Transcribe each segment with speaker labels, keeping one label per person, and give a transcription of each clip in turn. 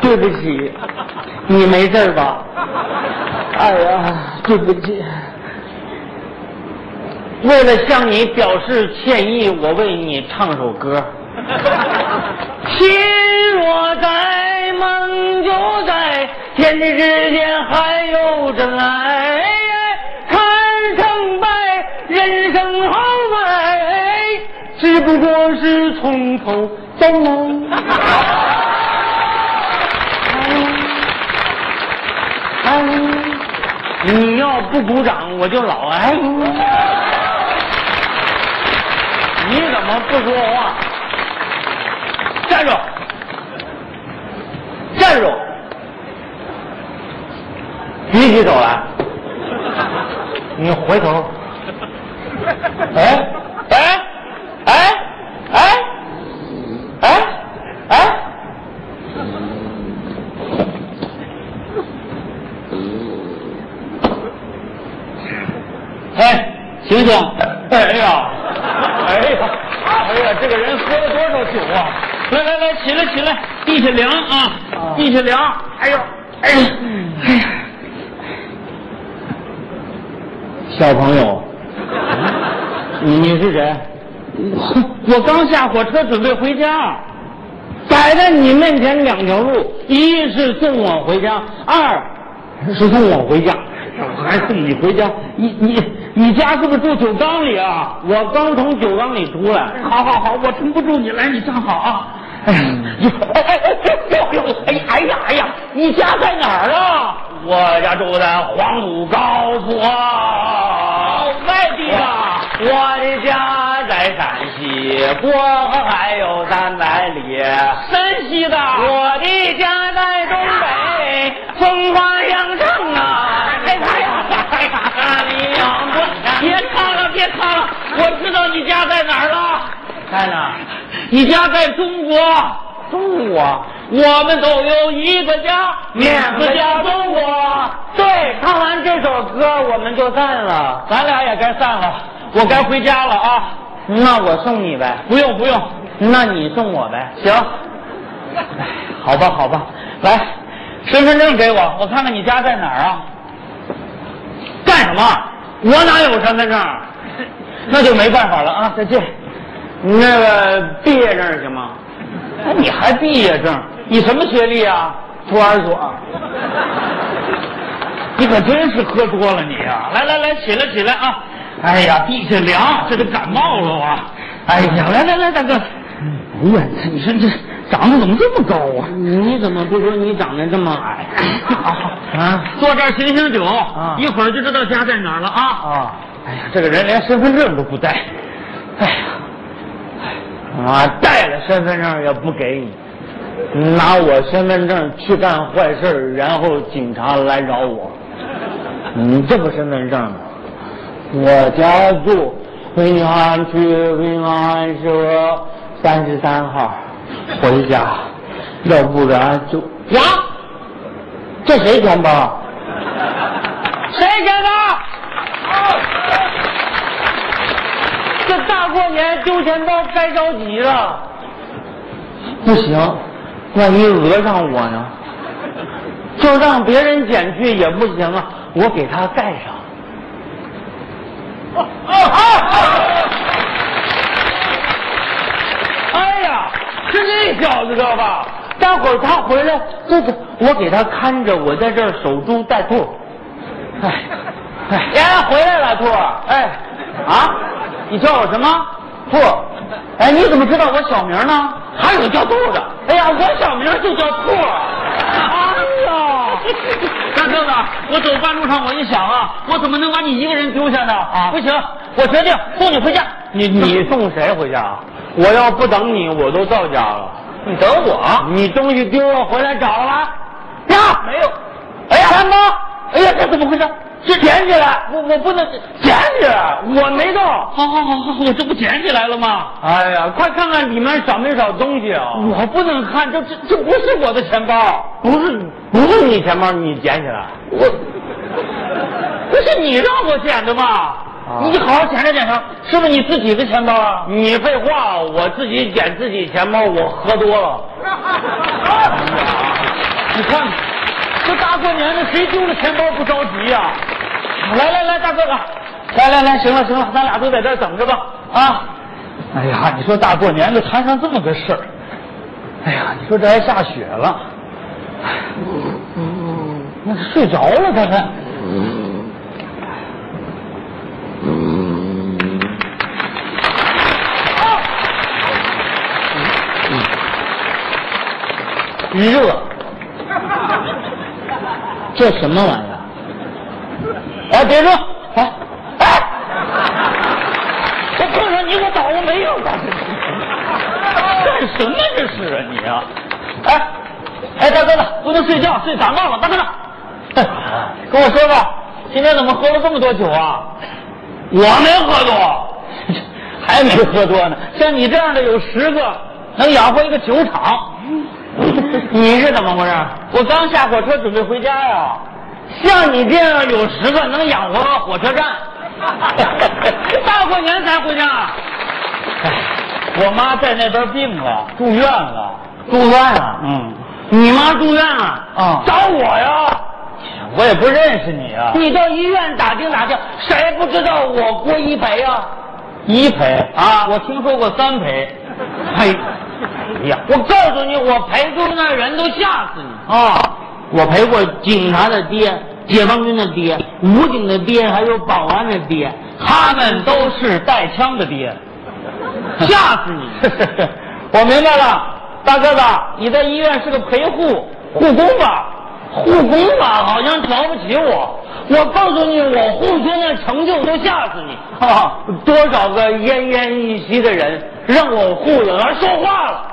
Speaker 1: 对不起，你没事儿吧？哎呀，对不起。为了向你表示歉意，我为你唱首歌。心若在，梦就在，天地之间还有真爱。看成败，人生豪迈，只不过是从头再来。哎，你要不鼓掌，我就老哎。你怎么不说话？站住！站住！别起手来！你回头。哎哎哎哎哎哎！哎，醒醒！哎呀，哎呀，哎呀，这个人喝了多少酒啊？来来来，起来起来，地下凉啊，地下凉！哎呦，哎呀，哎呀，小朋友，你你是谁？嗯我刚下火车准备回家，摆在你面前两条路，一是送我回家，二是送我回家。我还送你回家，你你你家是不是住酒缸里啊？我刚从酒缸里出来。
Speaker 2: 好好好，我撑不住你来，你站好啊。
Speaker 1: 哎呀，哎哎哎呦呦，哎呀哎呀哎呀，你家在哪儿啊？我家住在黄土高坡。哦，外地啊！我的家在陕西，过河还有三百里。山西的。啊我的家在东北，风花香城啊！哎呀哎 呀哎呀！大里阳关。别唱了，别唱了，我知道你家在哪儿了。在哪儿？ 你家在中国。中国，我们都有一个家，面子家中国。对，唱完这首歌我们就散了，咱俩也该散了，我该回家了啊。那我送你呗？不用不用，那你送我呗。行，哎好吧好吧，来，身份证给我，我看看你家在哪儿啊？干什么？我哪有身份证？ 那就没办法了啊！再见。那个毕业证行吗？哎，你还毕业证？你什么学历啊？托儿所。你可真是喝多了你啊！来来来，起来起来啊！哎呀，地下凉，这都感冒了我。哎呀，来来来，大哥。哎呀，你说这长得怎么这么高啊？你怎么不说你长得这么矮？ 啊，
Speaker 2: 坐这儿醒醒酒，
Speaker 1: 啊
Speaker 2: 一会儿就知道家在哪儿了啊。
Speaker 1: 啊！哎呀，这个人连身份证都不带，哎呀，啊，带了身份证也不给你，拿我身份证去干坏事儿，然后警察来找我，你这不身份证吗？我家住平安区平安社三十三号，回家，要不然就呀，这谁填包？谁填的？这大过年丢钱包该着急了。不行，万一讹上我呢？就让别人捡去也不行啊，我给他盖上。 哎呀，是这小子知道吧？待会儿他回来，这个我给他看着，我在这儿守株待兔。哎，哎，呀，回来了，兔儿。哎，啊，你叫我什么？兔儿。哎，你怎么知道我小名呢？还有叫兔的。哎呀，我小名就叫兔儿。哎呀，
Speaker 2: 大哥子，我走半路上，我一想啊，我怎么能把你一个人丢下呢？啊不行，我决定送你回家。
Speaker 1: 你 你送谁回家啊？我要不等你，我都到家了。你等我？你东西丢了，回来找了？呀，没有。哎呀，三哥，哎呀，这怎么回事？是捡起来，我我不能捡起来，我没动。
Speaker 2: 好好好好，我这不捡起来了吗？
Speaker 1: 哎呀，快看看里面少没少东西啊！我不能看，这这这不是我的钱包，不是不是你钱包，你捡起来。我
Speaker 2: 不是你让我捡的吗？
Speaker 1: 你
Speaker 2: 你
Speaker 1: 好
Speaker 2: 好好检查检查，是不是你自己的钱包啊？
Speaker 1: 啊你废话，我自己捡自己钱包，我喝多了。你看看，这大过年的，谁丢了钱包不着急呀、来来来，大哥哥，来来来，行了行了，咱俩都在这儿等着吧啊！哎呀，你说大过年的摊上这么个事儿，哎呀，你说这还下雪了，那睡着了他还。热，这什么玩意儿？哎，别说，哎哎，这碰上你可倒了霉了，干什么这是啊你啊？哎哎，大哥子，不能睡觉，睡感冒了，大哥子，哎跟我说说，今天怎么喝了这么多酒啊？我没喝多， 还没喝多呢。像你这样的有十个，能养活一个酒厂。 你是怎么回事？我刚下火车准备回家呀。像你这样有十个能养活火车 站，大过年才回家。哎我妈在那边病了，住院了，住院了。嗯，你妈住院了啊？找我呀？我也不认识你啊。你到医院打听打听，谁不知道我郭一培啊呀、一陪啊，我听说过三陪，呸！哎呀，我告诉你，我陪住那人都吓死你啊！我陪过警察的爹、解放军的爹、武警的爹，还有保安的爹，他们都是带枪的爹， 吓死你！我明白了，大个子，你在医院是个陪护护工吧？护工吧，好像瞧不起我。我告诉你，我护工的成就都吓死你 啊！多少个奄奄一息的人让我护了，还说话了。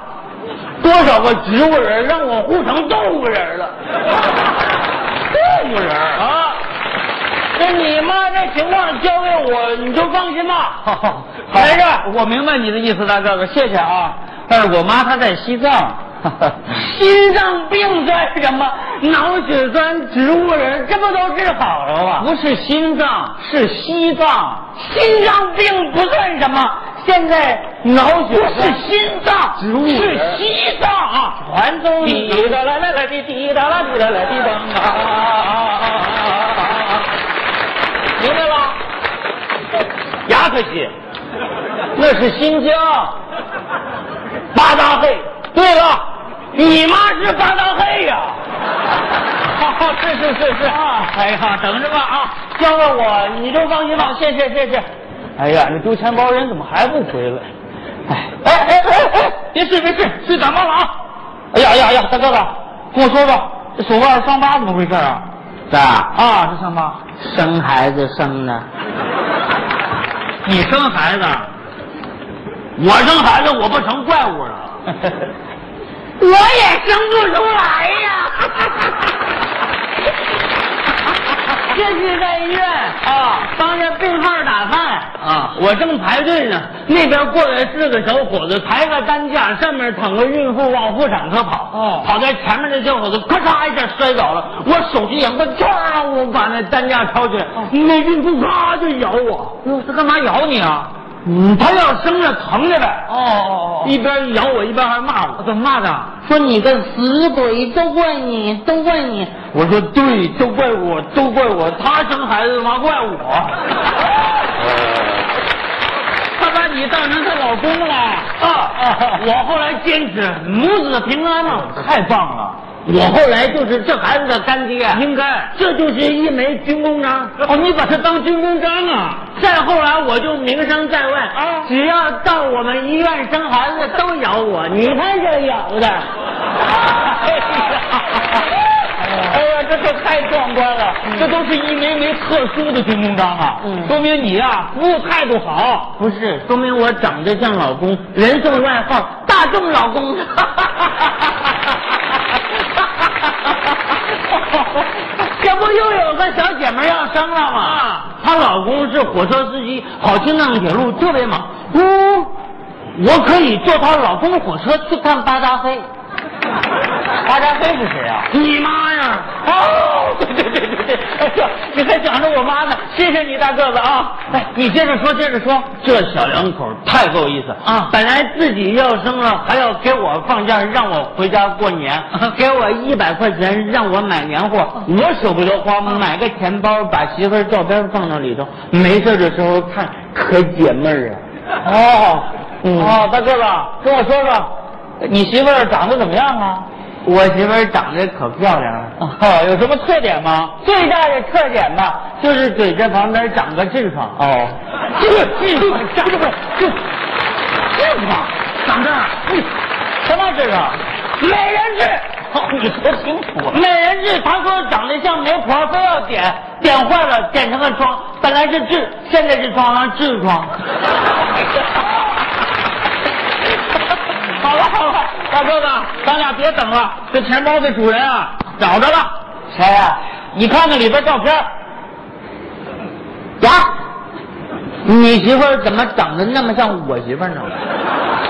Speaker 1: 多少个植物人让我护成动物人了？动物人啊！那你妈这情况交给我，你就放心吧。没事，我明白你的意思，大哥哥，谢谢啊。但是我妈她在西藏，心脏病算什么？脑血栓、植物人，这不都治好了吗？不是心脏，是西藏。心脏病不算什么，现在脑血不是心脏，植物是西藏啊。传宗滴答啦啦啦滴滴答啦滴答啦滴答啊！明白吧？牙可西，那是新疆八大黑。对了，你妈是八大黑呀、好，是 是是是啊！哎呀，等着吧啊！交给我，你就放心吧。谢谢谢谢。哎呀，你丢钱包人怎么还不回来？哎哎哎哎哎！别睡别睡，睡感冒了啊！哎呀哎呀哎呀，大哥哥，跟我说说，这手腕伤疤怎么回事啊？
Speaker 3: 咋？
Speaker 1: 啊，这伤疤。
Speaker 3: 生孩子生的，
Speaker 1: 你生孩子，我生孩子我不成怪物啊 了。
Speaker 2: 我也生不出来呀。
Speaker 1: 这是在医院啊，帮着病号打饭啊，我正排队呢，那边过来四个小伙子抬个担架，上面躺个孕妇往妇产科跑，
Speaker 2: 哦
Speaker 1: 跑在前面那小伙子咔嚓一下摔倒了，我手疾眼快，唰，我把那担架抄起来，那孕妇咔就咬我，哟，哎他干嘛咬你啊？嗯，他要生着疼着呗。
Speaker 2: 哦哦
Speaker 1: 一边咬我一边还骂啊我，怎么骂的？
Speaker 3: 说你个死鬼，都怪你，都怪你。
Speaker 1: 我说对，都怪我，都怪我，他生孩子嘛，怪我。 他把你当成他老公了啊啊！我后来坚持母子平安嘛，太棒了。我后来就是这孩子的干爹，应该，这就是一枚军功章。 哦，你把他当军功章啊！再后来我就名声在外啊，只要到我们医院生孩子都咬我，你看这咬的。 哎呀，哎呀，这可太壮观了！这都是一枚枚特殊的军功章啊，
Speaker 3: 嗯
Speaker 1: 说明你啊服务态度好。
Speaker 3: 不是，说明我长得像老公，
Speaker 1: 人送外号“大众老公”。 这不又有个小姐妹要生了吗？她老公是火车司机，跑青藏铁路特别忙。嗯，我可以坐她老公火车去看八大黑。八大黑是谁啊？你妈呀！哦，对对对对对
Speaker 2: 这哎这你还想着我妈呢，谢谢你大个子啊！哎，你接着说，接着说。
Speaker 1: 这小两口太够意思
Speaker 2: 啊
Speaker 1: 本来自己要生了，还要给我放假，让我回家过年，
Speaker 2: 啊
Speaker 1: 给我一百块钱让我买年货，我舍不得
Speaker 2: 啊
Speaker 1: 花，买个钱包把媳妇儿照片放到里头，没事的时候看，可解闷儿啊。
Speaker 2: 哦，
Speaker 1: 嗯
Speaker 2: 哦，大个子，跟我说说，你媳妇儿长得怎么样啊？
Speaker 1: 我媳妇儿长得可漂亮了，
Speaker 2: 哦，有什么特点吗？最大的特点吧，
Speaker 1: 就是嘴在旁边长个痔疮。
Speaker 2: 哦，这个地方长不是这这地方长这儿，
Speaker 1: 哎
Speaker 2: 什么这个美人
Speaker 1: 哦
Speaker 2: 痣？你说清楚
Speaker 1: 美人痣，他说长得像媒婆，非要点，点坏了，点成个疮。本来是痔，现在是疮了，痔疮。
Speaker 2: 好了好了，大哥子，咱俩别等了，这钱包的主人啊找着了。
Speaker 1: 谁呀、
Speaker 2: 你看看里边照片儿，
Speaker 1: 呀，你媳妇儿怎么长得那么像我媳妇儿呢？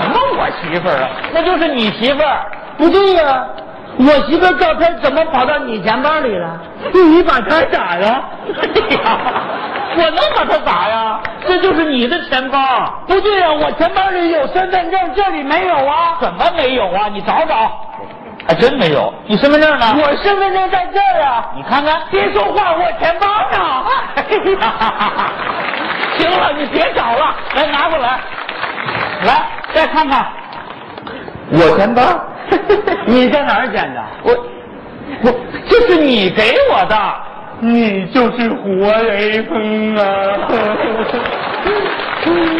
Speaker 2: 什么我媳妇儿啊？那就是你媳妇儿。
Speaker 1: 不对呀、我媳妇儿照片怎么跑到你钱包里了？
Speaker 2: 你把它咋了？ 哎呀，我能把它咋呀？这就是你的钱包。
Speaker 1: 不对呀、我钱包里有身份证，这里没有啊。
Speaker 2: 怎么没有啊？你找找。还真没有。你身份证呢？
Speaker 1: 我身份证在这儿啊。
Speaker 2: 你看哎看。
Speaker 1: 别说话，我钱包呢？
Speaker 2: 行了，你别找了，来拿过来，来再看看。
Speaker 1: 我钱包？
Speaker 2: 你在哪儿捡的？
Speaker 1: 我
Speaker 2: 我这是你给我的。你就是活雷锋啊！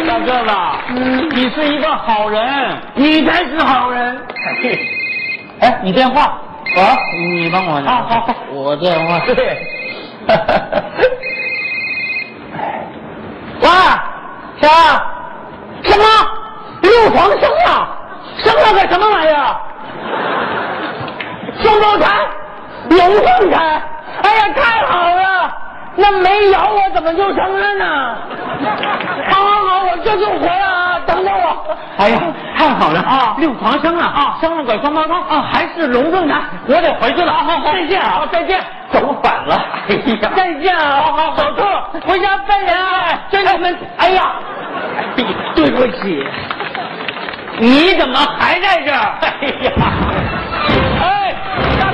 Speaker 2: 大个子，你是一个好人，
Speaker 1: 你才是好人。
Speaker 2: 哎，你电话
Speaker 1: 啊，你帮我拿。
Speaker 2: 啊好好
Speaker 1: 我电话。
Speaker 2: 对。
Speaker 1: 喂，啥？啊什么？六房生了？生了个什么玩意儿？双胞胎？龙凤胎？哎呀，太好了！那没咬我怎么就生了呢？好好好，我这就回来啊！等等我。
Speaker 2: 哎呀，太好了
Speaker 1: 啊
Speaker 2: 六房生了啊，生了个双胞胎啊，还是龙凤胎，我得回去了啊，好好，再见啊，再见，走反了，哎呀，
Speaker 1: 再见啊！
Speaker 2: 好好好
Speaker 1: 特回家拜年啊！真你们，哎
Speaker 2: 哎呀，对不起，你怎么还在这儿？哎呀，哎，大